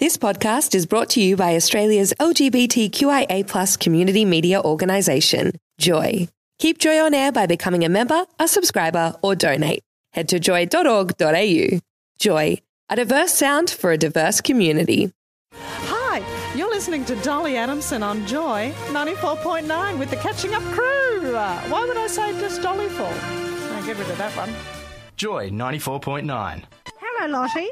This podcast is brought to you by Australia's LGBTQIA community media organisation, Joy. Keep Joy on air by becoming a member, a subscriber, or donate. Head to joy.org.au. Joy, a diverse sound for a diverse community. Hi, you're listening to Dolly Adamson on Joy 94.9 with the Catching Up Crew. Uh, Why would I say just Dolly for? I'll get rid of that one. Joy 94.9. Hello, Lottie.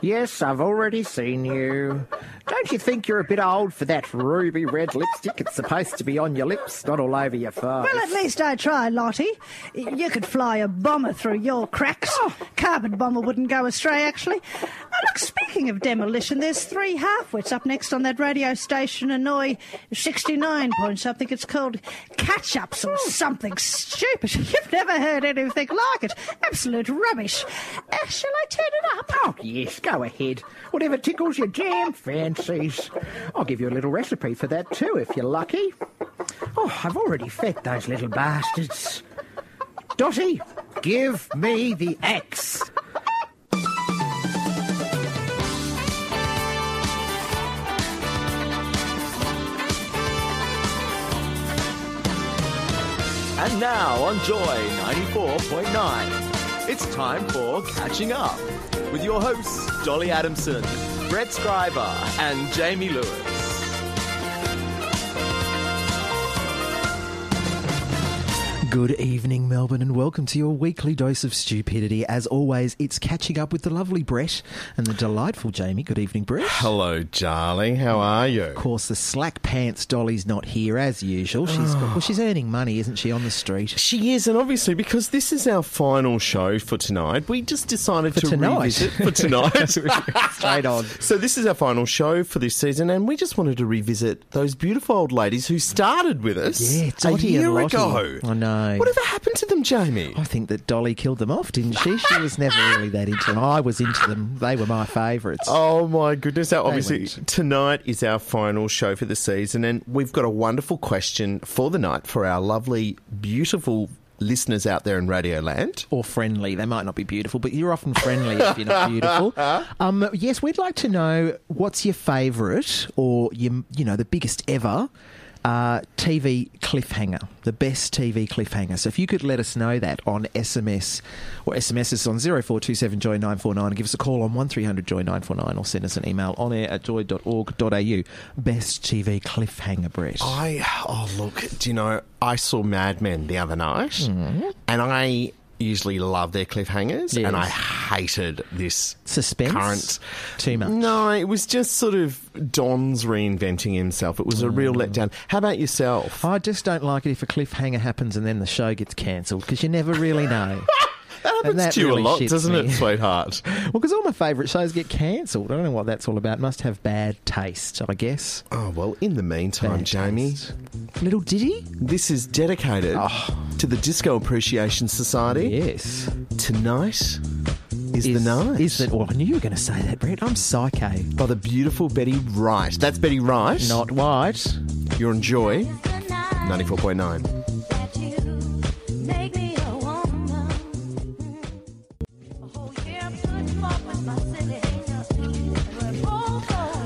Yes, I've already seen you. Don't you think you're a bit old for that ruby red lipstick? It's supposed to be on your lips, not all over your face. Well, at least I try, Lottie. You could fly a bomber through your cracks. Carbon bomber wouldn't go astray, actually. Oh, look, speaking of demolition, there's three halfwits up next on that radio station, Annoy 69 point something. It's called Catch Ups or something stupid. You've never heard anything like it. Absolute rubbish. Uh, shall I turn it up? Oh, yes, go ahead. Whatever tickles your jam fancies. I'll give you a little recipe for that too, if you're lucky. Oh, I've already fed those little bastards. Dotty, give me the axe. And now on Joy 94.9, it's time for Catching Up with your hosts, Dolly Adamson, Brett Scriber, and Jamie Lewis. Good evening, Melbourne, and welcome to your weekly dose of stupidity. As always, it's catching up with the lovely Brett and the delightful Jamie. Good evening, Brett. Hello, darling. How are you? Of course, the slack pants Dolly's not here as usual. She's well, she's earning money, isn't she, on the street? She is, and obviously because this is our final show for tonight, we just decided to tonight. revisit for tonight. Straight on. so this is our final show for this season, and we just wanted to revisit those beautiful old ladies who started with us Yeah, a Dotty year and Lottie. ago. I know. Whatever happened to them, Jamie? I think that Dolly killed them off, didn't she? She was never really that into them. I was into them. They were my favourites. Oh my goodness! Now, obviously, went. tonight is our final show for the season, and we've got a wonderful question for the night for our lovely, beautiful listeners out there in Radioland. or friendly. They might not be beautiful, but you're often friendly if you're not beautiful. Um, yes, we'd like to know what's your favourite or your, you know the biggest ever uh, TV cliffhanger, the best TV cliffhanger. So if you could let us know that on SMS or SMS us on 0427 joy 949 and give us a call on 1300 joy 949 or send us an email on air at joy.org.au. Best TV cliffhanger, Brett. I oh look, do you know? I saw Mad Men the other night, Mm-hmm. and I usually love their cliffhangers, Yes. and I hated this Suspense? current Too much. No, it was just sort of Don's reinventing himself. It was a real letdown. How about yourself? Mm. I just don't like it if a cliffhanger happens and then the show gets cancelled because you never really know. That happens that to you really a lot, shits doesn't me. it, sweetheart? Well, because all my favourite shows get cancelled. I don't know what that's all about. Must have bad taste, I guess. Oh well. In the meantime, Bad Jamie, taste. Little Oh. Diddy? this is dedicated to the Disco Appreciation Society. Yes. Tonight is, the night. Is that. Oh, I knew you were going to say that, Brett. I'm psyche. by the beautiful Betty Wright. That's Betty Wright. Not white. You're on Joy 94.9.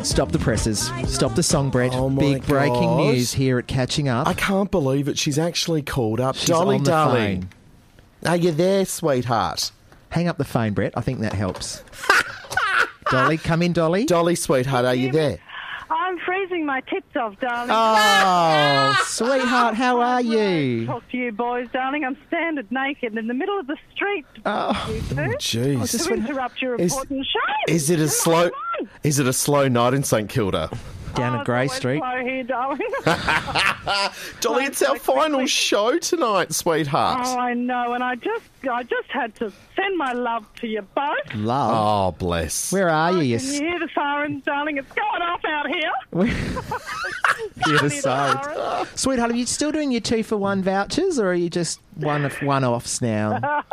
Stop the presses. Stop the song, Brett. Oh, my Big breaking God. news here at Catching Up. I can't believe it. She's actually called up. She's Dolly, on the darling. Are you there, sweetheart? Hang up the phone, Brett. I think that helps. Dolly, come in, Dolly. Dolly, sweetheart, are you there? I'm freezing my tits off, darling. Oh, sweetheart, how are you? Talk to you boys, darling. I'm standard naked in the middle of the street. Oh, Sue, Jeez. just to went- interrupt your is- important show. Is it a slow? Is it a slow night in St Kilda? down Oh, at Grey Street. Slow here, darling. Dolly, it's our final show tonight, oh, sweetheart. I know, and I just, I just had to send my love to you both. Love. Oh, bless. Where are you? you Oh, Can you hear the sirens, darling? It's going off out here. Yeah, Hear the sorry. sirens. Sweetheart, are you still doing your two for one vouchers or are you just one of one offs now?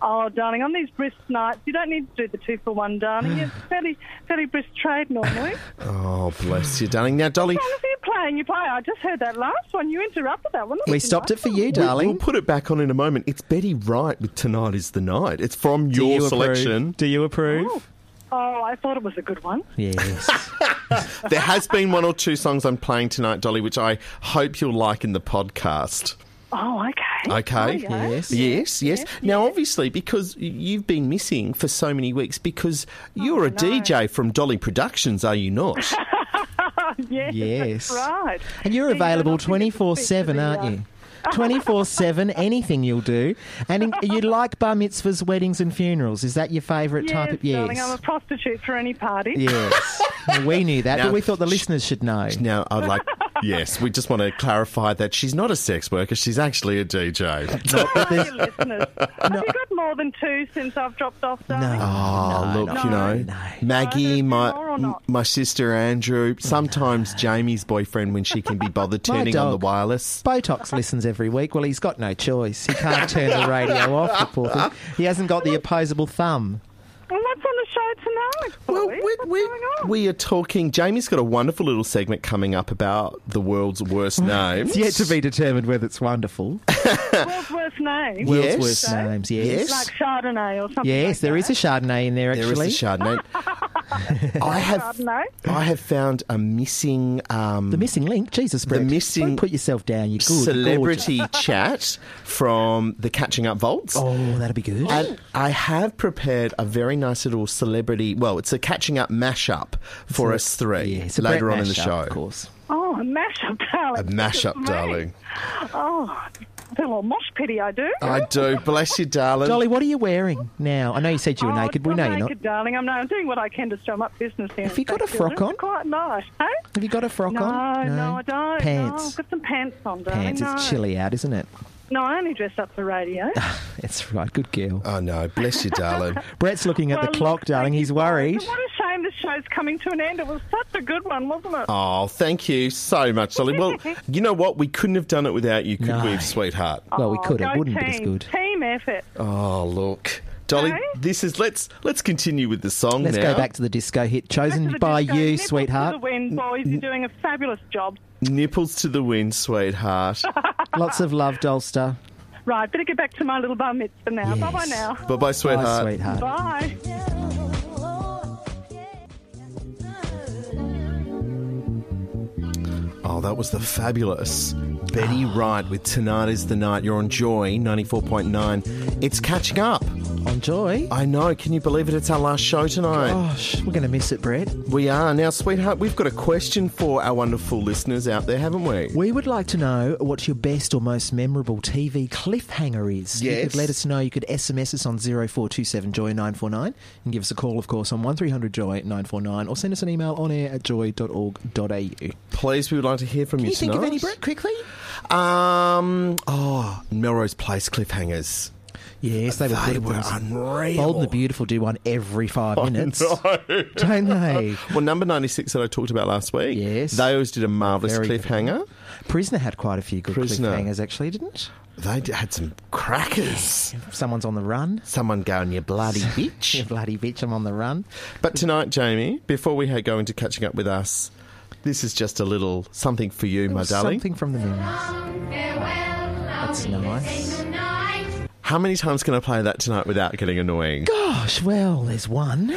Oh, darling, on these brisk nights, you don't need to do the two for one, darling. It's fairly, fairly brisk trade normally. Oh, bless you, darling. Now, Dolly, What are you playing? You play. I just heard that last one. You interrupted that one. That We was stopped it for you, we, we'll darling. put it back on in a moment. It's Betty Wright with "Tonight Is the Night." It's from Do your you approve? selection. Do you approve? Oh, I I thought it was a good one. Yes. There has been one or two songs I'm playing tonight, Dolly, which I hope you'll like in the podcast. Oh, okay. Okay. yeah. Yes. Yes, yes. Now, obviously, because y- you've been missing for so many weeks, because Oh, you're a DJ from Dolly Productions, are you not? Yes, Yes. that's right. And you're See, available I don't think 24 it speaks to 7, the, aren't uh, you? 24 7, anything you'll do. And in, you like bar mitzvahs, weddings, and funerals. Is that your favourite Yes, type of. darling, I'm a prostitute for any party. Yes. we knew that, Now- but we thought the listeners should know. now, I'd like. Yes, we just want to clarify that she's not a sex worker, she's actually a DJ. Dear listeners, Have you got more than two since I've dropped off, darling? Oh, look, you know, No, Maggie, no, my or not. my sister Andrew, sometimes Jamie's boyfriend when she can be bothered My turning on the dog. wireless. Botox listens every week. Well, he's got no choice. He can't turn the radio off, the poor thing. He hasn't got the opposable thumb. Well, that's on the show tonight. Well, boys. we, What's we, going on? we are talking. Jamie's got a wonderful little segment coming up about the world's worst names. It's yet to be determined whether it's wonderful. World's worst name, Well- World's Yes. worst So? names, yes. like Chardonnay or something. Yes, there is a Chardonnay in there, There actually. is a Chardonnay. I have Chardonnay. I have found a missing um, the missing link. Jesus, Brett. missing Don't put yourself down. You're good. celebrity chat from the Catching Up Vaults. gorgeous. Oh, that'd be good. And I have prepared a very nice little celebrity. Well, it's a catching up mashup for us three Yeah, it's a later Brett on in the mashup, show. Of course. Oh, a mashup, darling. Um, A mashup, Goodness darling. me. Oh, a little mosh pity I do. Oh, I do. Bless you, darling. Dolly, what are you wearing now? I know you said you were Oh, naked. it's We not know you're not. naked, darling. I'm, not, I'm doing what I can to drum up business here. Have you in got a St. Kilda. frock on? It's Quite nice, hey? Have you got a frock No, on? no, I don't. No, Oh, I've Pants. got some pants on, darling. Pants. no. It's chilly out, isn't it? No, I only dress up for radio. That's right. Good girl. Oh, no. Bless you, darling. Brett's looking at Well, the look, clock, thank darling. you He's for- worried. What a shame this show's coming to an end. It was such a good one, wasn't it? Oh, thank you so much, Dolly. Well, you know what? We couldn't have done it without you, could No. we, sweetheart? Well, we Oh, could. It go wouldn't be as team. good. Team effort. Oh, look. Dolly, Hey? this is let's let's continue with the song Let's now. go back to the disco hit chosen To the by disco. you, Nipples To sweetheart. the wind, boys. You're doing a fabulous job. Nipples to the wind, sweetheart. Lots of love, Dolster. Right, better get back to my little bar mitzvah now. Yes. Bye bye now. bye bye, Bye, sweetheart. sweetheart. Bye. Oh, that was the fabulous Betty Ah. Wright with Tonight is the Night. You're on Joy 94.9. It's catching up. Enjoy. I know. Can you believe it? It's our last show tonight. Gosh, we're going to miss it, Brett. We are. Now, sweetheart, we've got a question for our wonderful listeners out there, haven't we? We would like to know what your best or most memorable TV cliffhanger is. You Yes. could let us know. You could SMS us on 0427 Joy 949 and give us a call, of course, on 1300 Joy 949 or send us an email on air at joy.org.au. Can Please, we would like to hear from you you think of tonight. any, Brett, quickly? Um, oh, Melrose Place cliffhangers. Yes, they were They good were ones. unreal. Bold and the Beautiful do one every five minutes. Don't they? Well, number 96 that I talked about last week. Yes. They always did a marvellous Very good. cliffhanger. Prisoner had quite a few good Prisoner. cliffhangers, actually, didn't it? They d- had some crackers. Someone's on the run. Someone going, you bloody bitch. You bloody bitch, I'm on the run. But tonight, Jamie, before we ha- go into catching up with us, this is just a little something for you, my darling. Something from the memories. That's nice. How many times can I play that tonight without getting annoying? Gosh, well, there's one.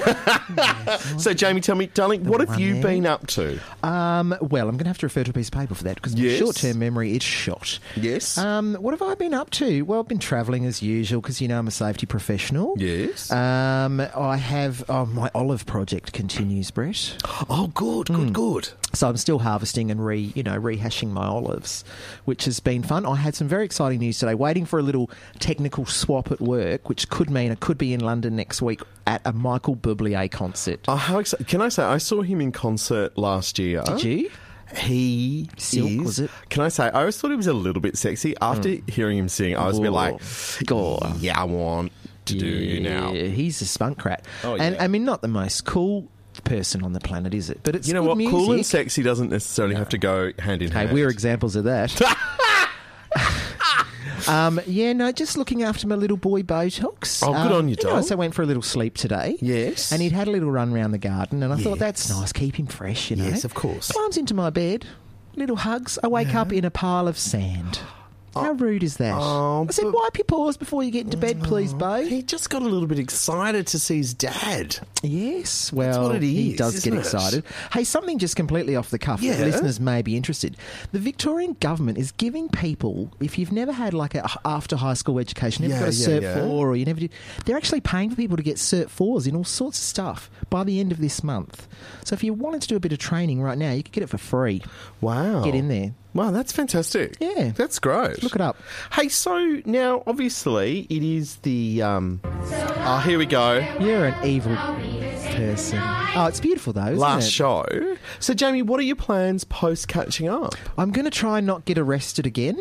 So, Jamie, tell me, darling, what have one you there. been up to? Um, well, I'm going to have to refer to a piece of paper for that because Yes. my short-term memory is shot. Yes. Um, what have I been up to? Well, I've been travelling as usual because you know I'm a safety professional. Yes. Um, I have. Oh, my olive project continues, Brett. Hmm. oh, good, good, good. So I'm still harvesting and re, you know, rehashing my olives, which has been fun. I had some very exciting news today. Waiting for a little technical swap at work, which could mean I could be in London next week at a Michael Bublé concert. Oh, how exciting. Can I say, I saw him in concert last year. Did you? He Silk, is. was it? Can I say, I always thought he was a little bit sexy. Hmm. After hearing him sing, I was a bit Gore. like, Gore. yeah, I want to do you now. Yeah, he's a spunk rat. Oh, And yeah. I mean, not the most cool person on the planet, is it? But it's You know good what? Music. Cool and sexy doesn't necessarily have to go hand in Hey, hand. we're examples of that. um, yeah, no, just looking after my little boy Botox. Oh, good Um, on you, know, doll. so I went for a little sleep today. Yes. And he'd had a little run round the garden, and I Yes. thought that's nice, keep him fresh, you know. Yes, of course. Climbs into my bed, little hugs. I wake up in a pile of sand. How rude is that? Oh, I said, but- Oh. wipe your paws before you get into bed, please, babe. He just got a little bit excited to see his dad. Yes, well, what it Oh, he is, does get isn't it? excited. Hey, something just completely off the cuff that Yeah. listeners may be interested. The Victorian government is giving people, if you've never had like a after high school education, never Yeah, got a yeah, Cert yeah. Four, or you never did, they're actually paying for people to get Cert Fours in all sorts of stuff by the end of this month. So if you wanted to do a bit of training right now, you could get it for free. Wow. Get in there. Wow, that's fantastic. Yeah. That's great. Look it up. Hey, so now obviously it is the um Oh, here we go. You're an evil person. Oh, it's beautiful though. Isn't Last it? show. So Jamie, what are your plans post catching up? I'm going to try and not get arrested again.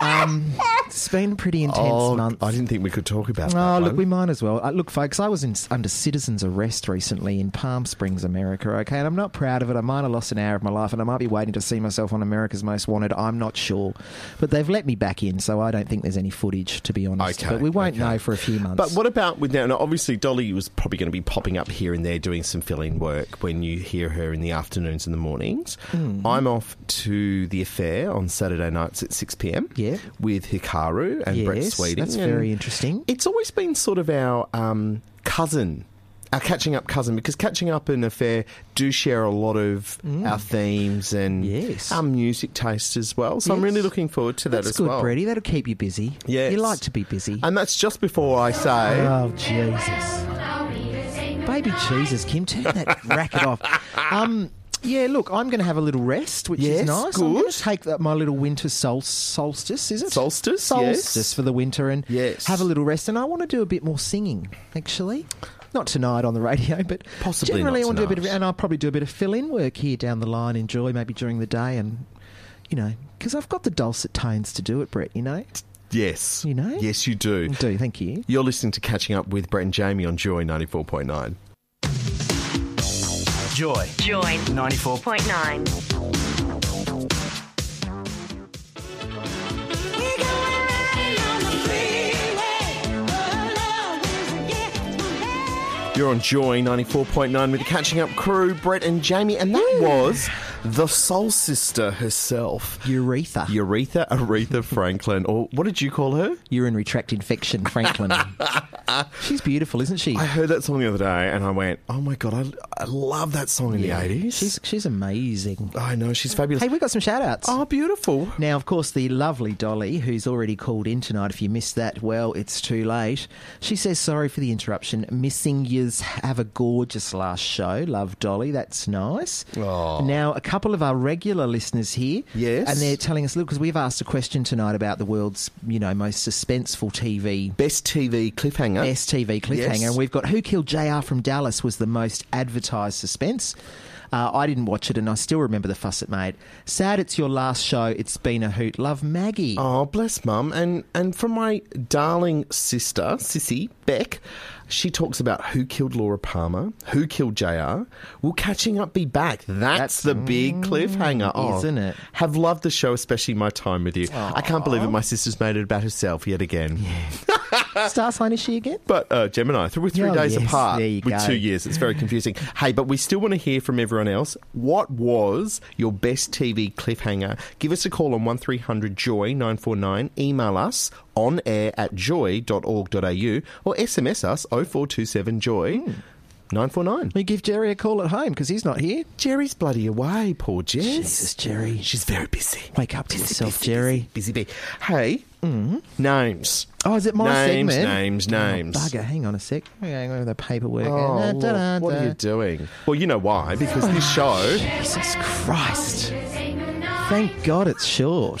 um, it's been a pretty intense Oh, month. I didn't think we could talk about that. Oh, look, one. we might as well. Uh, look, folks, I was in, under citizen's arrest recently in Palm Springs, America, okay? And I'm not proud of it. I might have lost an hour of my life and I might be waiting to see myself on America's Most Wanted. I'm not sure. But they've let me back in, so I don't think there's any footage, to be honest. Okay, but we won't okay. know for a few months. But what about with now? now, Obviously, Dolly was probably going to be popping up here and there doing some fill-in work when you hear her in the afternoons and the mornings. Hmm. I'm off to the affair on Saturday nights at six pm. Yeah. with Hikaru and Brett Yes, Sweeting. that's and very interesting. It's always been sort of our um, cousin. Our catching up cousin, because catching up and affair do share a lot of our themes and Mm. Yes. our music taste as well. So I'm Yes. really looking forward to that That's as good, well. Brady. That'll keep you busy. Yes. You like to be busy. And that's just before I say. Oh Jesus, baby Jesus, Kim, turn that racket off. Um, yeah, look, I'm going to have a little rest, which Yes, is nice. I'm gonna good. take that, my little winter sol- solstice, is it? Solstice, solstice yes. for the winter, and Yes. have a little rest. And I want to do a bit more singing, actually. Not tonight on the radio, but Possibly not generally I want to do a bit of, tonight. and I'll probably do a bit of fill-in work here down the line. Enjoy maybe during the day, and you know, because I've got the dulcet tones to do it, Brett. You know, Yes. You know? Mm. Yes, you do. do thank you. You're listening to Catching Up with Brett and Jamie on Joy 94.9. Joy Join 94. 94.9. You're on Joy 94.9 with the Catching Up crew, Brett and Jamie, and that was the Soul Sister herself. Urethra. Aretha, Aretha Franklin, or what did you call her? urinary tract infection, Franklin. She's beautiful, isn't she? I heard that song the other day and I went, oh my God, I, I love that song in the 80s. She's she's amazing. I know, she's fabulous. Hey, we got some shout outs. oh, beautiful. Now, of course, the lovely Dolly, who's already called in tonight, if you missed that, well, it's too late. She says, sorry for the interruption. Missing yous. Have a gorgeous last show. Love, Dolly. That's nice. Aw. Now, a couple of our regular listeners here. Yes. And they're telling us, look, because we've asked a question tonight about the world's, you know, most suspenseful TV Best TV cliffhanger. STV cliffhanger. Yes. And we've got Who Killed JR from Dallas was the most advertised suspense. Uh, I didn't watch it and I still remember the fuss it made. Sad it's your last show. It's been a hoot. Love Maggie. Oh, bless mum. And and from my darling sister, Sissy, Beck, she talks about who killed Laura Palmer, who killed JR. Will catching up be back? That's, That's- mm, the big cliffhanger, oh, isn't it? Have loved the show, especially my time with you. I can't believe it. My sister's made it about herself yet again. Star sign is she again? But uh, Gemini, th- we're three Oh, days yes, apart there you with go. two years. It's very confusing. hey, but we still want to hear from everyone else. What was your best TV cliffhanger? Give us a call on 1300 Joy 949. Email us on air at joy.org.au or SMS us 0427 Joy Hmm. 949. We give Jerry a call at home because he's not here. Jerry's bloody away, poor Jess. Jesus, Jerry. She's very busy. Wake up to yourself, Jerry. Busy bee. Hey, names. Mm-hmm. Oh, is it my names, segment? Names, names, Oh, bugger, hang on a sec. Hang on with the paperwork. Oh, Uh, Lord, da-da-da. what are you doing? Well, you know why, because this show. Jesus Christ. Thank God it's short.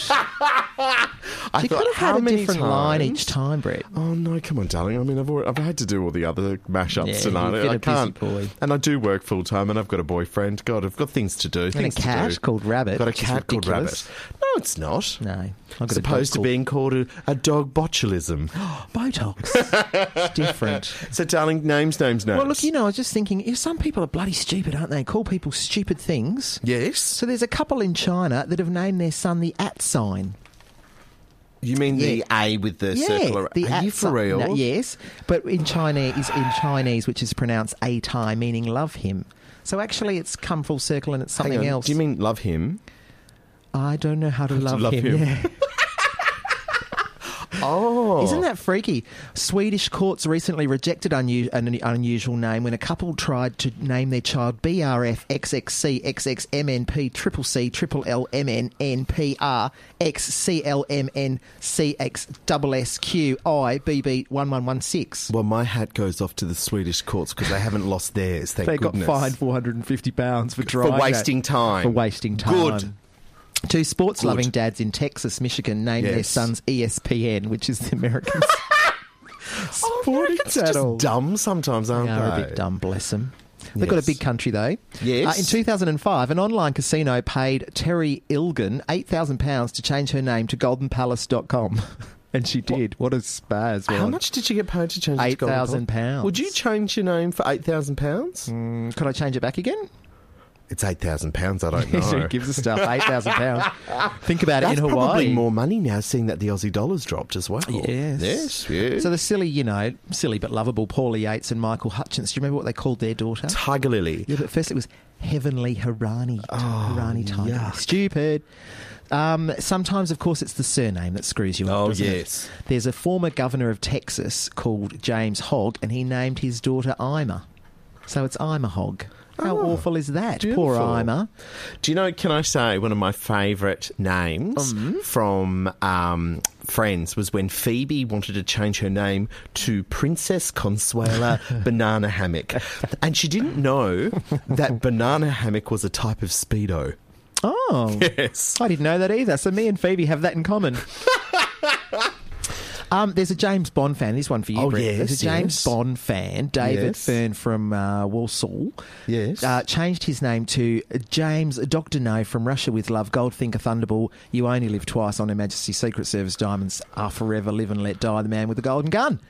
she I could have had a different line times- each time, Brett. Oh no, come on, darling. I mean, I've already, I've had to do all the other mashups Yeah, tonight. you've been I a busy can't, boy. and I do work full time, and I've got a boyfriend. God, I've got things to do. a things to cat do. called Rabbit, Got a which is cat called ridiculous. Rabbit. No, it's not. No. I've As got a dog opposed to called- being called a, a dog botulism. Botox. it's different. so, darling, names, names, names. Well, look, you know, I was just thinking, if some people are bloody stupid, aren't they? Call people stupid things. Yes. So there's a couple in China that have named their son the at sign. you mean the A with the circular? the Are at you for si- real? No, yes, but in Chinese, is in Chinese, which is pronounced a tai, meaning love him. So actually, it's come full circle and it's Hang something on, else. Do you mean love him? I don't know how to love, love him. Yeah. Oh. Isn't that freaky? Swedish courts recently rejected unu- an unusual name when a couple tried to name their child BRF XXC XXMNP triple C triple L M N N P R X C L M N C X double S Q I B B one one one six. Well, my hat goes off to the Swedish courts because they haven't lost theirs. Thank They got goodness. fined four hundred and fifty pounds for for driving wasting time. For wasting time. Good. Two sports loving dads in Texas, Michigan named their Yes. sons E ESPN, which is the American Oh, sporting Americans are channel. just dumb sometimes, aren't They they? are a bit dumb, bless them. They've got a Yes. big country though. Yes. Uh, in 2005, an online casino paid Terry Ilgan £8,000 to change her name to goldenpalace.com. And she did. What, a spaz. How Ron. much did you get paid to change it to Golden £8,000 Pond? Would you change your name for eight thousand pounds? Mm, Could I change it back again? It's eight thousand pounds. I don't Who know. gives a stuff? £8,000. Think about Oh. That's it in Hawaii. probably more money now, seeing that the Aussie dollar's dropped as well. Yes. yes, yes. So So the silly, you know, silly but lovable Paula Yates and Michael Hutchins. Do you remember what they called their daughter? Tiger Lily. Yeah, but first it was Heavenly Harani. Oh, Harani Tiger. Stupid. Um, sometimes, of course, it's the surname that screws you up. Oh, doesn't it? yes. There's a former governor of Texas called James Hogg, and he named his daughter Ima. So it's Ima Hogg. How Oh, awful is that? Poor beautiful. Ima. Do you know? Can I say one of my favourite names Mm-hmm. from um, Friends was when Phoebe wanted to change her name to Princess Consuela Banana Hammock, and she didn't know that banana hammock was a type of speedo. Oh. Yes. I didn't know that either. So me and Phoebe have that in common. Um, there's a James Bond fan. This one for you, Oh, Brett. yes, there's a James yes. Bond fan, David Yes. Fern from uh, Walsall. Yes. uh, changed his name to James Doctor No from Russia with Love, Goldfinger, Thunderball. You only live twice. On Her Majesty's Secret Service, diamonds are forever. Live and let die. The man with the golden gun.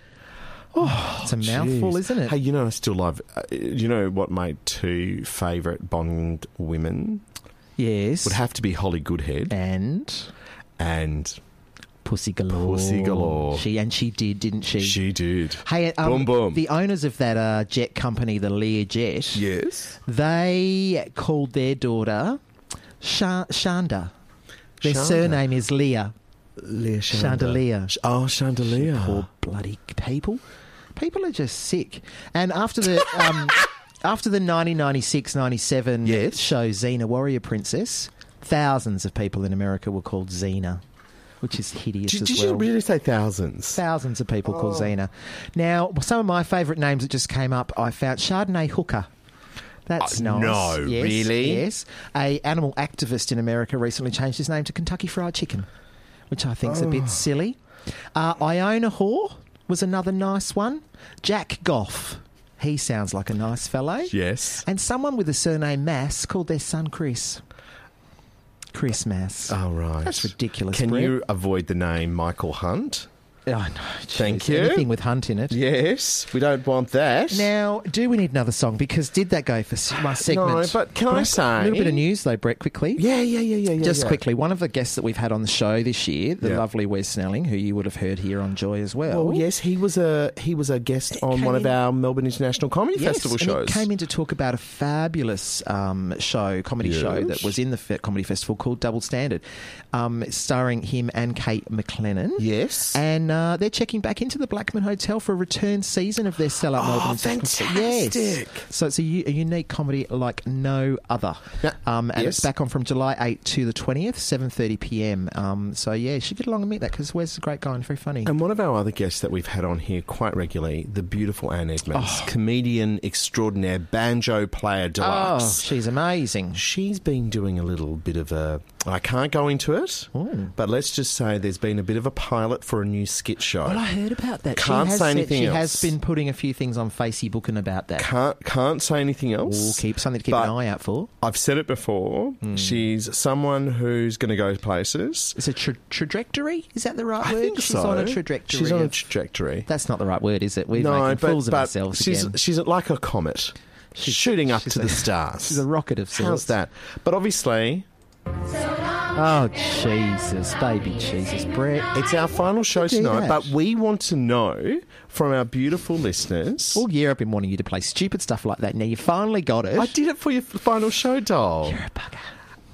Oh, it's a mouthful, Jeez. isn't it? Hey, you know, I still love. Uh, you know what my two favourite Bond women yes, would have to be Holly Goodhead and. and Pussy galore. Pussy galore. She and she did, didn't she? she did. Hey, um, boom, boom. The owners of that uh, jet company, the Learjet, yes, they called their daughter Sha- Shanda. Their Shanda. surname is Leah. Leah Chandelier. Oh, chandelier. Poor bloody people. People are just sick. And after the. Um, After the 1996-97 Yes. show Xena Warrior Princess, thousands of people in America were called Xena, which is hideous Did, as did well. you really say thousands? thousands of people call Oh. Xena. Now, some of my favourite names that just came up, I found Chardonnay Hooker. That's Uh, nice. no, Yes, really? Yes. A animal activist in America recently changed his name to Kentucky Fried Chicken, which I think's a Oh. bit silly. Uh, Iona Hoare was another nice one. Jack Goff. He sounds like a nice fellow. Yes. And someone with the surname Mass called their son Chris. Chris Mass. Oh, right. That's ridiculous, Can Brett. you avoid the name Michael Hunt? Oh, no, Thank jeez, you. Anything with Hunt in it. Yes, we don't want that. Now, do we need another song? Because did that go for s- my segment? No, but can I I've got A say- little bit of news, though, Brett, quickly. yeah, yeah, yeah, yeah, yeah. Just yeah. quickly, one of the guests that we've had on the show this year, the Yeah. lovely Wes Snelling, who you would have heard here on Joy as well. Well, yes, he was a he was a guest on came one of in- our Melbourne International Comedy Yes, Festival and shows. He came in to talk about a fabulous um, show, comedy Yes. show that was in the fe- comedy festival called Double Standard, um, starring him and Kate McLennan. Yes. and uh, they're checking back into the Blackman Hotel for a return season of their sellout Oh, Melbourne Festival. Yes. fantastic. So it's a, u- a unique comedy like no other, Yeah. um, and Yes. it's back on from July 8th to the 20th, 7:30 p.m. Um, so yeah, you should get along and meet that because Wes is a great guy and very funny. And one of our other guests that we've had on here quite regularly, the beautiful Anne Edmonds, comedian extraordinaire, banjo player Oh, deluxe. she's amazing. She's been doing a little bit of a. I can't go into it, Hmm. but let's just say there's been a bit of a pilot for a new skit show. Well, I heard about that. Can't she say has said- anything She has else. been putting a few things on Facebook and about that. can't can't say anything else. We'll keep something to keep but an eye Hmm. out for. I've said it before. She's someone who's going to go places. It's a tra- trajectory. Is that the right I word? think she's so. on a trajectory. She's on a of- trajectory. That's not the right word, is it? We're making fools of ourselves she's again. she's like a comet, She's- shooting up she's to a- the stars. she's a rocket of sorts. How's that? But obviously, Oh Jesus, baby Jesus, Brett. it's our final show do tonight. that. But we want to know from our beautiful listeners. All year I've been wanting you to play stupid stuff like that. Now you finally got it. I did it for your final show, doll. Bugger.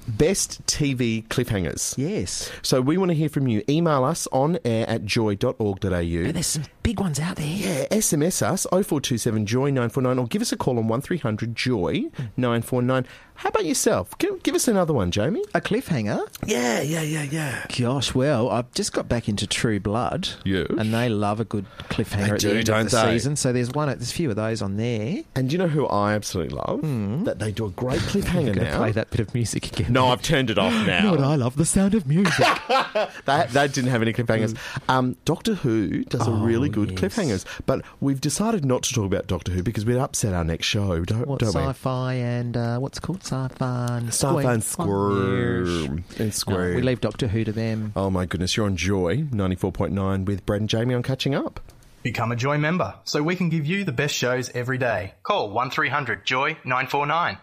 Best TV cliffhangers. Yes. So we want to hear from you. Email us on air at joy.org.au. But there's some big ones out there. Yeah, SMS us 0427 Joy 949 or give us a call on 1300 Joy 949. How about yourself? Give, give us another one, Jamie. A cliffhanger? Yeah, yeah, yeah, yeah. Gosh, well, I've just got back into True Blood. Yes. And they love a good cliffhanger They at do, the end don't of the they? season. So there's one, there's a few of those on there. And you know who I absolutely love? That they do a great cliffhanger Hmm? Gonna now. play that bit of music again. No, I've turned it off now. Lord, I love the sound of music. that, that didn't have any cliffhangers. Um, Doctor Who does a really good Mm. Oh, yes. cliffhangers, but we've decided not to talk about Doctor Who because we'd upset our next show, don't, what don't we? sci-fi and uh, what's it called sci-fi and Sci-fi and squirm. Squirm. And No, Squirm. Oh, we leave Doctor Who to them. Oh my goodness, you're on Joy 94.9 with Brad and Jamie on Catching Up. Become a Joy member so we can give you the best shows every day. Call 1300 Joy 949.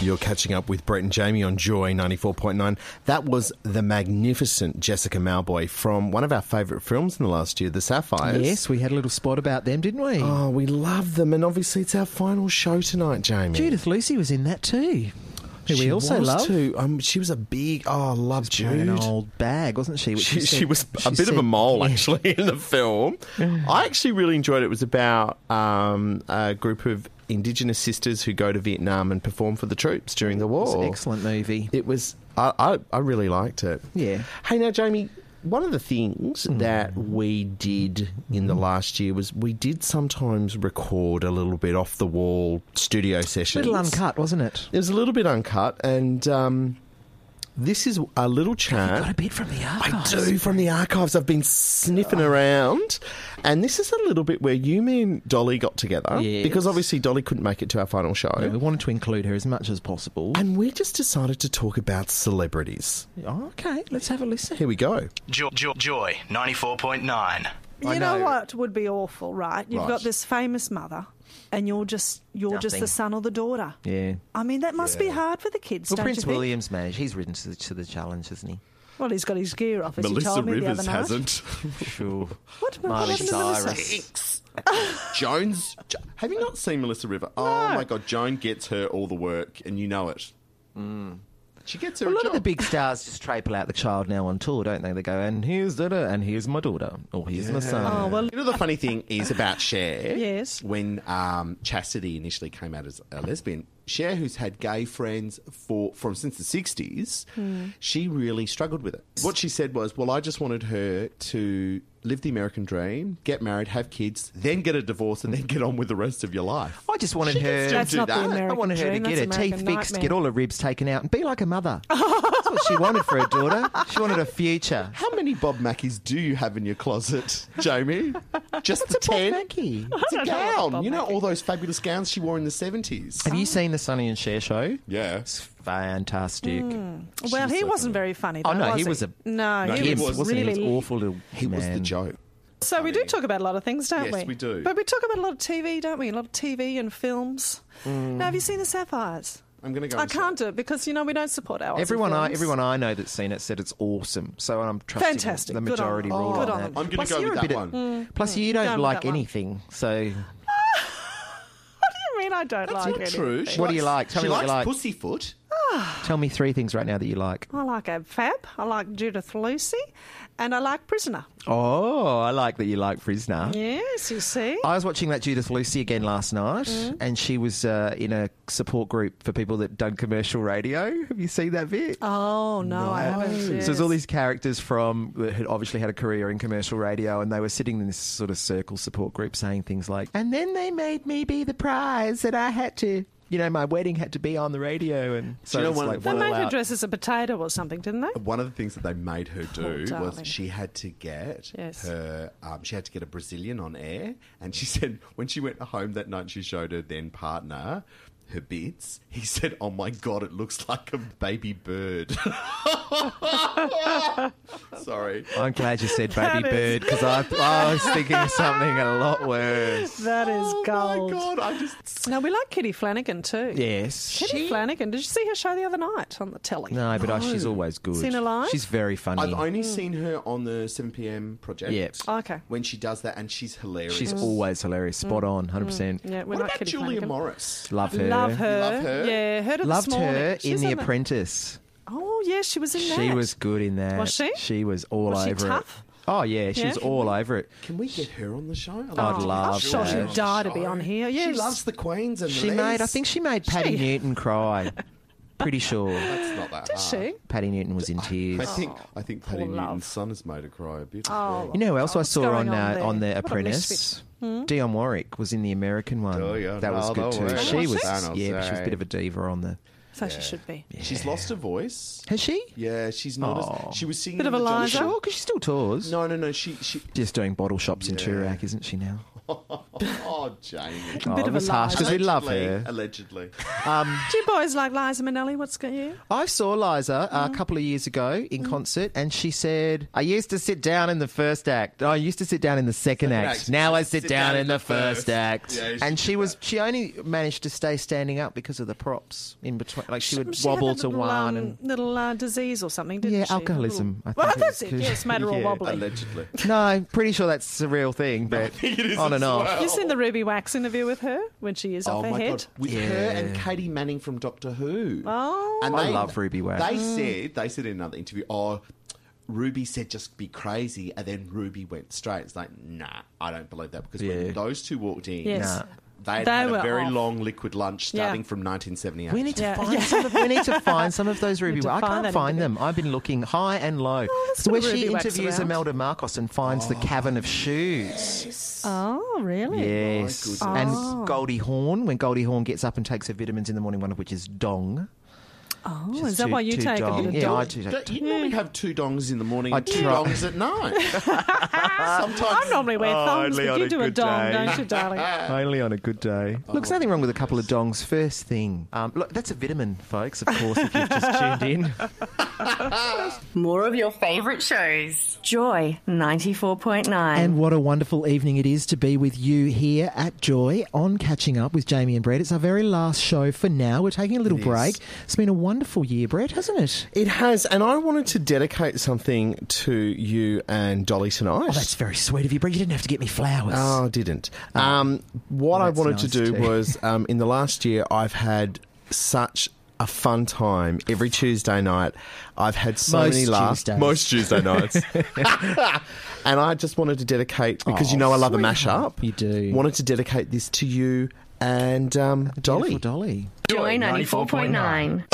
You're catching up with Brett and Jamie on Joy 94.9. That was the magnificent Jessica Malboy from one of our favourite films in the last year, The Sapphires. Yes, we had a little spot about them, didn't we? Oh, we love them. And obviously, it's our final show tonight, Jamie. Judith Lucy was in that too. Who She we also was love. Too. Um, she was a big, oh, I love An Jude. old bag, wasn't she? Which She, said- she was she a bit of a said- mole, yeah. actually, in the film. I actually really enjoyed it. It was about um, a group of Indigenous sisters who go to Vietnam and perform for the troops during the war. It's an excellent movie. It was. I, I, I really liked it. Yeah. Hmm. Hey, now, Jamie, one of the things that we did in the last year was we did sometimes record a little bit off the wall studio A sessions. little uncut, wasn't it? It was a little bit uncut, and um, this is a little chat. Got a bit from the I archives. do from the archives. I've been sniffing Oh. around, and this is a little bit where you, me, and Dolly got together Yes. because obviously Dolly couldn't make it to our final show, Yeah, we wanted to include her as much as possible. and we just decided to talk about celebrities. Oh, okay, let's have a listen. Here we go. Joy, Joy, Joy 94.9. I you know. know. what would be awful, right? You've Right. got this famous mother, and you're just you're just Nothing. the son or the daughter. Yeah. I mean, that must be hard for the kids, Well, don't you Prince think? William's managed. He's risen to the, to the challenge, hasn't he? Well, he's got his gear off. As he Melissa told me the Rivers other night. hasn't. Sure. What, what Miley happened to Melissa? Cyrus. Jones. Jo- Have you not seen Melissa River? Oh my God, Joan gets her all the work, and you know it. She gets her Mm. A a, lot job. of the big stars just traiple out the child now on tour, don't they? They go, and here's daughter, and here's my daughter, or here's my son. Oh well, You know the funny thing is about Cher. Yes. When um, Chastity initially came out as a lesbian, Cher, who's had gay friends for from since the sixties, Hmm. she really struggled with it. What she said was, "Well, I just wanted her to live the American dream, get married, have kids, then get a divorce, and then get on with the rest of your life." I just wanted She can her. still That's do not the that. I American wanted her to dream, get her that's teeth American fixed, nightmare. get all her ribs taken out, and be like a mother. That's what she wanted for her daughter. She wanted a future. How many Bob Mackies do you have in your closet, Jamie? Just the ten. Mackie. It's a don't know what gown. Bob You know Mackie- all those fabulous gowns she wore in the seventies. Have you seen the Sonny and Cher show? Yeah. It's fantastic. well, he Hmm, wasn't very funny. Though, Oh no, was he was a no, No, he, he gimp, was wasn't he? really He was awful little He was the man. joke. So we do talk about a lot of things, don't Yes, we? we do. But we talk about a lot of TV, don't we? A lot of TV and films. Mm. Now, have you seen the Sapphires? I'm going to go. I and see can't do it because you know we don't support our Aussie Everyone I films. everyone I know that's seen it said it's awesome. So I'm trusting Fantastic. the Good on majority them. rule Good on on them. mm, that. I'm going Plus, to go you're with that a bit of- one. Plus, you Go don't with like that one. anything. So I mean, I don't That's like not it. true. She What do you likes- like? Tell she me what you likes like. Pussyfoot. tell me three things right now that you like. I like Ab Fab. I like Judith Lucy, and I like Prisoner. Oh, I like that you like Prisoner. Yes, you see. I was watching that Judith Lucy again last night, Mm. and she was uh, in a support group for people that done commercial radio. Have you seen that bit? Oh no, I haven't. So there's all these characters from that had obviously had a career in commercial radio, and they were sitting in this sort of circle support group saying things like, "And then they made me be the prize that I had to." You know, my wedding had to be on the radio, and so you know it's one- like They one- made All her out. dress as a potato or something, didn't they? One of the things that they made her Oh, do was darling. she had to get Yes. her. Um, she had to get a Brazilian on air, and she said when she went home that night, she showed her then partner her bits, he said, "Oh my god, it looks like a baby bird." Sorry. I'm glad you said baby That is- bird because I, I was thinking something a lot worse. That is Oh gold. my god, I just Now we like Kitty Flanagan too. Yes. Kitty Flanagan. Did you see her show the other night on the telly? No, but I, she's always good. Seen her live? She's very funny. I've only seen her on the 7 p.m. project. Yeah. Oh, okay. When she does that, and she's hilarious. Mm. she's always hilarious. Spot on, 100%. Yeah, we like what about Kitty Julia Flanagan. Morris? Love her. Mm. Love her. love her? Yeah, heard her Loved this morning. her She's in The the- Apprentice. Oh yeah, she was in that. She was good in that. Was she? She was all Was she over tough? it. Oh yeah, she Yeah? was all over it. Can we get her on the show? I'd I'd love Oh, I'm sure that. she'd die to be on here. Yeah, she loves the Queens and She the made, I Lees. think she made Patty Newton cry. Pretty sure It's not that Did hard. she? Patty Newton was in tears. I think I think Patty Oh, love. Oh. Newton's son has made her cry a bit. as well. You know who else I what's saw going on on uh, there? on The What a Hmm? Apprentice? Dion Warwick was in the American one. Oh, yeah. That was No, good no too. way. She Was was, she? yeah, but she was a bit of a diva on the. So she should be. She's lost her voice. Has she? Yeah, she's not. Oh. As, she was singing Bit of in a the John Liza. Sure, because Oh, she still tours. No, no, no. She, she. Just doing bottle shops in Yeah. Turak, isn't she now? Oh, Jamie. oh, of it a was harsh lie. because we love Allegedly- her. Allegedly. Do you boys like Liza Minnelli? What's going you? I saw Liza uh, a couple of years ago in concert, and she said, "I used to sit down in the first act. I used to sit down in the second, act. act. Now I sit, down, in the first, first." act." Yeah, she and she did was that. she only managed to stay standing up because of the props in between. Like she would She had wobble that to little, one um, and little uh, disease or something, didn't Yeah, she? A little- alcoholism, I well, think it that's was it. Yes, made her all Yeah. wobbly. Allegedly. No, I'm pretty sure that's a real thing, but on and off. You seen the Ruby Wax interview with her when she is Oh off her my head? god! With her and Katie Manning from Doctor Who. Oh. Mm. and I love Ruby Wax. They said they said in another interview, "Oh, Ruby said just be crazy," and then Ruby went straight. It's like, nah, I don't believe that because Yeah. when those two walked in, Yes. Nah. they had, They had were a very off. long liquid lunch Yeah. starting from 1978. We need to Yeah. find some. Of, we need to find some of those Ruby. Need to Wax. I find can't that Oh, find interview. them. I've been looking high and low. there's it's where still she Ruby Wax interviews around. Imelda Marcos and finds the cavern of shoes. Oh, really? Yes, Oh. and Goldie Hawn. When Goldie Hawn gets up and takes her vitamins in the morning, one of which is dong. Oh, She's is that too- why you too take a dong. bit of Yeah, dog? I do take- Don't- You normally have two dongs in the morning I and two try. dongs at night. ah, Sometimes I normally wear thongs, only but on Oh, a you do a good dong, day. don't you, darling? Only on a good day. Look, there's nothing wrong with a couple of dongs. First thing, um, look, that's a vitamin, folks. Of course, if you've just tuned in. More of your favourite shows. Joy 94.9. And what a wonderful evening it is to be with you here at Joy on Catching Up with Jamie and Brett. It's our very last show for now. We're taking a little break. It's been a wonderful year, Brett, hasn't it? It has, and I wanted to dedicate something to you and Dolly tonight. Oh, that's very sweet of you, Brett. You didn't have to get me flowers. Oh, I didn't. Um, what I Ah, that's wanted to nice do too. was um, in the last year, I've had such a fun time every Tuesday night. I've had so Most many laughs. Tuesdays. Most Tuesday nights. and I just wanted to dedicate, because you know I love a mashup. Oh, You do. Wanted to dedicate this to you and um, Dolly. Beautiful Dolly. Joy 94.9.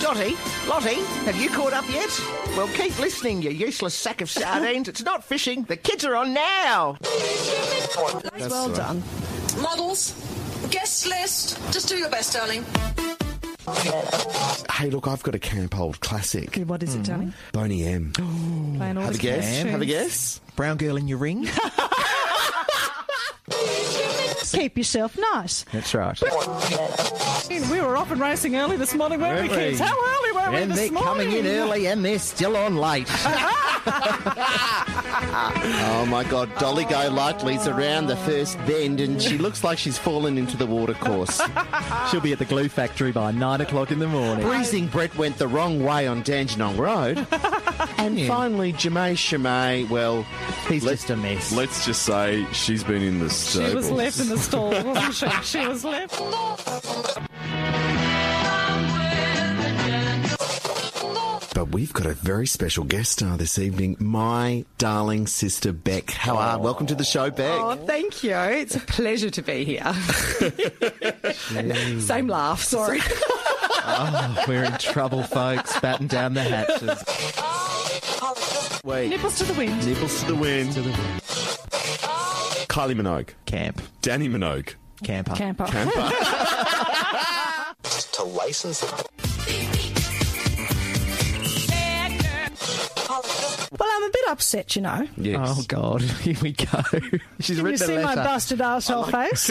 Dotty, Lottie, have you caught up yet? Well, keep listening, you useless sack of sardines. It's not fishing. The kids are on now. well done. models, guest list. Just do your best, darling. hey, look, I've got a camp old classic, What is it, Mm. darling? Boney M. Oh, Playing all Have a the guess. tunes. Have a guess. Brown girl in your ring. Keep yourself nice. That's right. We were off and racing early this morning, weren't we, Weren't we? kids? How early were we And this they're morning? coming in early and they're still on late. Oh my God, Dolly Golightly's around the first bend, and she looks like she's fallen into the watercourse. She'll be at the glue factory by nine o'clock in the morning. Breezing Brett went the wrong way on Dandenong Road. and finally, Jemay Chimay, well, He's Let's- just a mess. Let's just say she's been in the stable. She was left in the stall, wasn't she? She was left. But we've got a very special guest star this evening, my darling sister Beck. How are? Welcome to the show, Beck. Thank you. It's a pleasure to be here. Same laugh, sorry. Oh, We're in trouble, folks. Batten down the hatches. Oh, Wait, Nipples to the wind. nipples to the wind. Kylie Minogue, Camp. Danny Minogue. Camper. Camper. Well, I'm a bit upset, you know. Oh, God. Here we go. She's Did you written Oh see a my letter. busted arsehole face?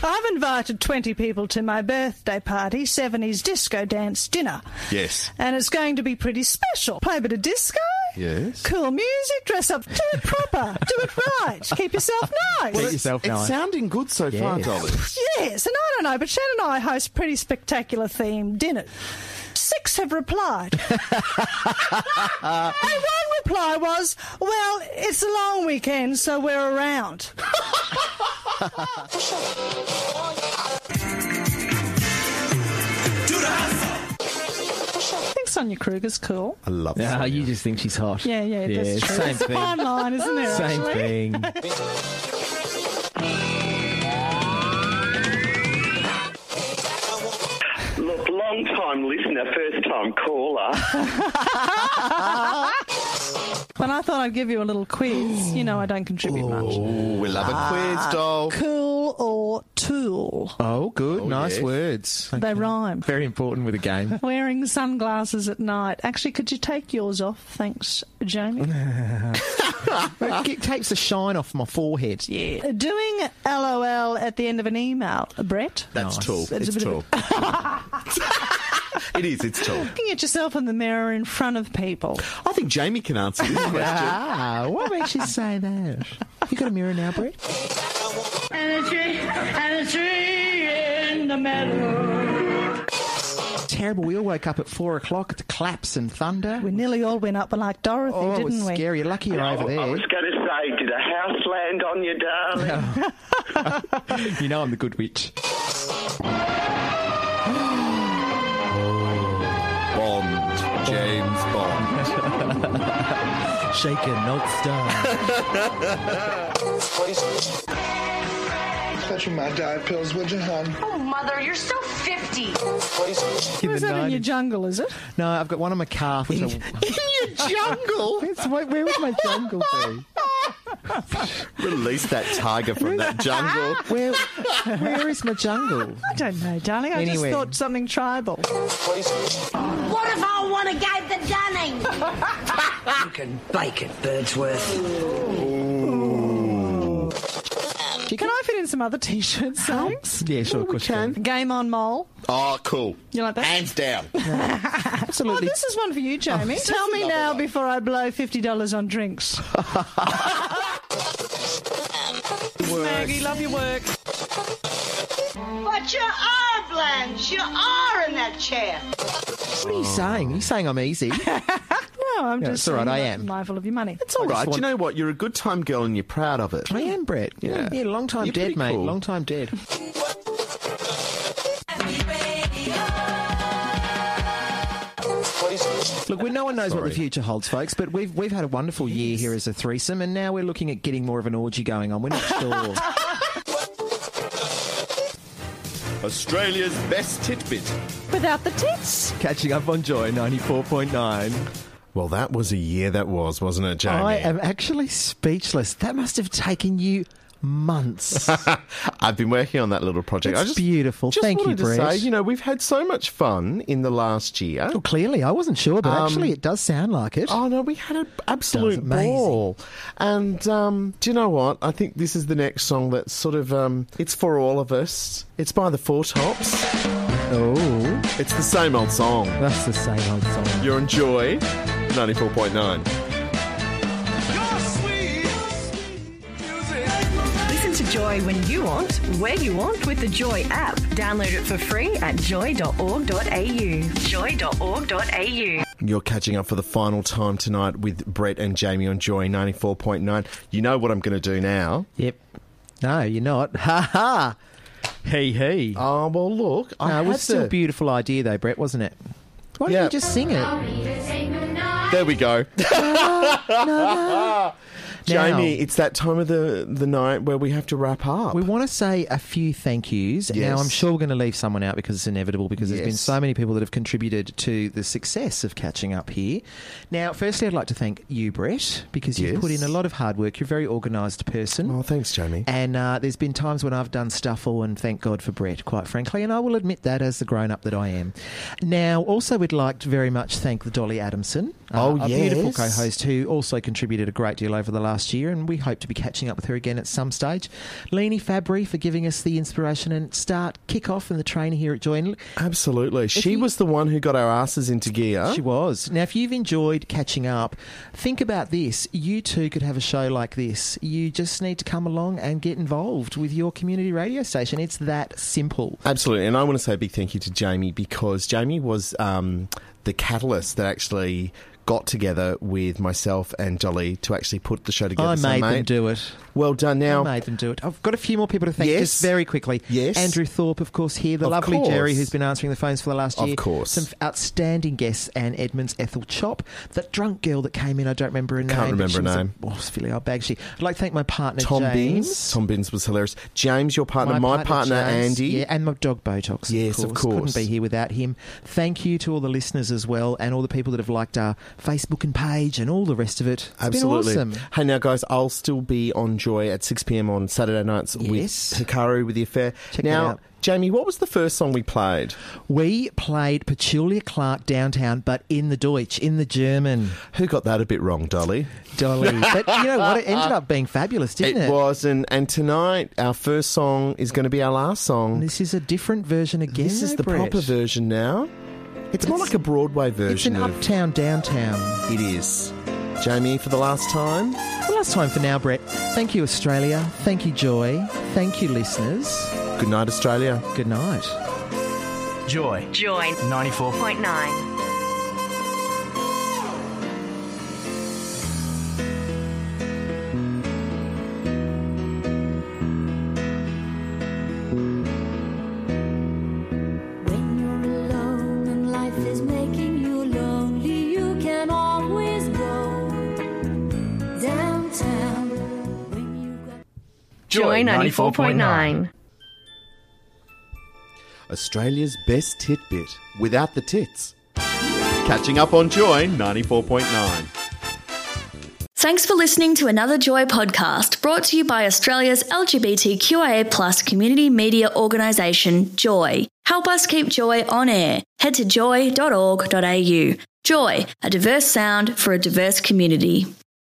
I've invited 20 people to my birthday party, 70s disco dance dinner. Yes. And it's going to be pretty special. Play a bit of disco. Yes. Cool music, dress up, do it proper, do it right, keep yourself nice. Well, it's, It's sounding good so far, Yeah. Dolly. Yes, and I don't know, but Shannon and I host pretty spectacular themed dinners. Six have replied. and one reply was, well, it's a long weekend, so we're around. I think Sonia Kruger's cool. I love it. Nah, Ah, you just think she's hot. Yeah, yeah, that's true. Same It's a thing. fine line, isn't there, Same actually? thing. Look, long time listener, first time caller. but I thought I'd give you a little quiz. You know, I don't contribute much. Oh, we love Ah, a quiz, doll. Cool or tool? Oh, good. nice yes. words. They rhyme. Very important with a game. Wearing sunglasses at night. Actually, could you take yours off? Thanks, Jamie. But it takes the shine off my forehead. Yeah. Doing LOL at the end of an email, Brett. That's Nice. tall. It's It's, a bit tall. of it is. It's tall. Looking at yourself in the mirror in front of people. I think Jamie can answer this question. ah, what makes you say that? You got a mirror now, Brett? And a tree, and a tree in the meadow. Terrible. We all woke up at four o'clock to claps and thunder. We nearly all went up like Dorothy, oh, it didn't was we? Scary. You're Lucky you're I, over I was there. going to say, did a house land on you, darling? you know I'm the good witch. Bond. James Bond. Shaken, not Fetch me my diet pills, would you, hon? Oh, mother, you're so 50. In Where's the that in your 90s. jungle, is it? No, I've got one on my calf. Which I... In your jungle? It's, where, where would my jungle be? Release that tiger from that jungle. Where, where is my jungle? I don't know, darling. I Anyway. just thought something tribal. What if I want to give the dunning? you can bake it, Birdsworth. Can I fit in some other t-shirts, thanks? Yeah, sure, of course. you Can. Game on mole. Oh, cool. You like that? Hands down. Absolutely. Oh, this is one for you, Jamie. Oh, Tell me another now before I blow fifty dollars on drinks. Maggie, love your work. But you are Blanche. You are in that chair. What are you saying? You're saying I'm easy. No, Oh, I'm Yeah, just. it's all right, I saying am. mindful of your money. It's All right, you know what? You're a good time girl and you're proud of it. I am, Brett. Yeah, yeah long time You're pretty dead, mate. cool. Long time dead. Look, we, no one knows what Sorry. the future holds, folks, but we've we've had a wonderful year here as a threesome, and now we're looking at getting more of an orgy going on. We're not sure. Australia's best titbit. Without the tits. Catching up on Joy 94.9. Well, that was a year that was, wasn't it, Jamie? I am actually speechless. That must have taken you months. I've been working on that little project. It's I just, beautiful. Just Thank you, wanted to Brett. say, you know, we've had so much fun in the last year. Well, clearly, I wasn't sure, but Um, actually, it does sound like it. Oh no, we had an Sounds absolute amazing. ball. And um, do you know what? I think this is the next song that's sort of um, it's for all of us. It's by the Four Tops. Oh, it's the same old song. That's the same old song. You enjoy ninety four point nine. Listen to Joy when you want, where you want with the Joy app. Download it for free at joy.org.au. Joy.org.au. You're catching up for the final time tonight with Brett and Jamie on Joy ninety four point nine. You know what I'm going to do now. Yep. No, you're not. Ha ha. Hey hey. Oh well, look. I no, it was had still the- a beautiful idea though, Brett, wasn't it? Why don't you just sing it? There we go. Now- Jamie, it's that time of the, the night where we have to wrap up. We want to say a few thank yous. Now, Yes. I'm sure we're going to leave someone out because it's inevitable because there's been Yes. so many people that have contributed to the success of catching up here. Now, firstly, I'd like to thank you, Brett, because you've Yes. put in a lot of hard work. You're a very organised person. Oh, thanks, Jamie. And uh, there's been times when I've done stuffle, and thank God for Brett, quite frankly. And I will admit that as the grown up that I am. Now, also, we'd like to very much thank the Dolly Adamson. Oh, our beautiful yes. co-host who also contributed a great deal over the last year, and we hope to be catching up with her again at some stage. Leni Fabry for giving us the inspiration and start kickoff and the trainer here at Joy. And Absolutely. She was the one who got our asses into gear. She was. Now, if you've enjoyed catching up, think about this. You too could have a show like this. You just need to come along and get involved with your community radio station. It's that simple. Absolutely. And I want to say a big thank you to Jamie because Jamie was um, the catalyst that actually got together with myself and Dolly to actually put the show together. I So, made them mate, do it. Well done now. I made them do it. I've got a few more people to thank Yes. just very quickly. Yes. Andrew Thorpe, of course, here, the Of lovely course. Jerry who's been answering the phones for the last Of year. course. Some outstanding guests, Anne Edmonds, Ethel Chop, that drunk girl that came in, I don't remember her name. Can't but remember she her was a- name. oh, it's Billie Eilish bag she. I'd like to thank my partner, Tom James. Binns. Tom Binns was hilarious. James, your partner. My, partner, James, Andy. Yeah, and my dog Botox. Yes, of course. Couldn't be here without him. Thank you to all the listeners as well, and all the people that have liked our Facebook and page and all the rest of it. It's Absolutely. been awesome. Hey, now, guys, I'll still be on Joy at 6 p.m. on Saturday nights with Hikaru with the affair. Check it now, out. Jamie, what was the first song we played? We played Pachulia Clark downtown, but in the Deutsch, in the German. Who got that a bit wrong, Dolly? Dolly. But you know what? It ended up being fabulous, didn't it? was, and, and tonight our first song is going to be our last song. This is a different version again. This is though, the Brett. proper version now. It's, more like a Broadway It's version an of uptown downtown. it is. Jamie, for the last time. Well, that's time for now, Brett. Thank you, Australia. Thank you, Joy. Thank you, listeners. Good night, Australia. Good night. Joy. Joy. 94.9. alone and life is making you lonely, you can always go downtown. Joy 94.9. Australia's best titbit without the tits. Catching up on Joy 94.9. Thanks for listening to another Joy podcast brought to you by Australia's LGBTQIA plus community media organisation, Joy. Help us keep Joy on air. Head to joy.org.au. Joy, a diverse sound for a diverse community.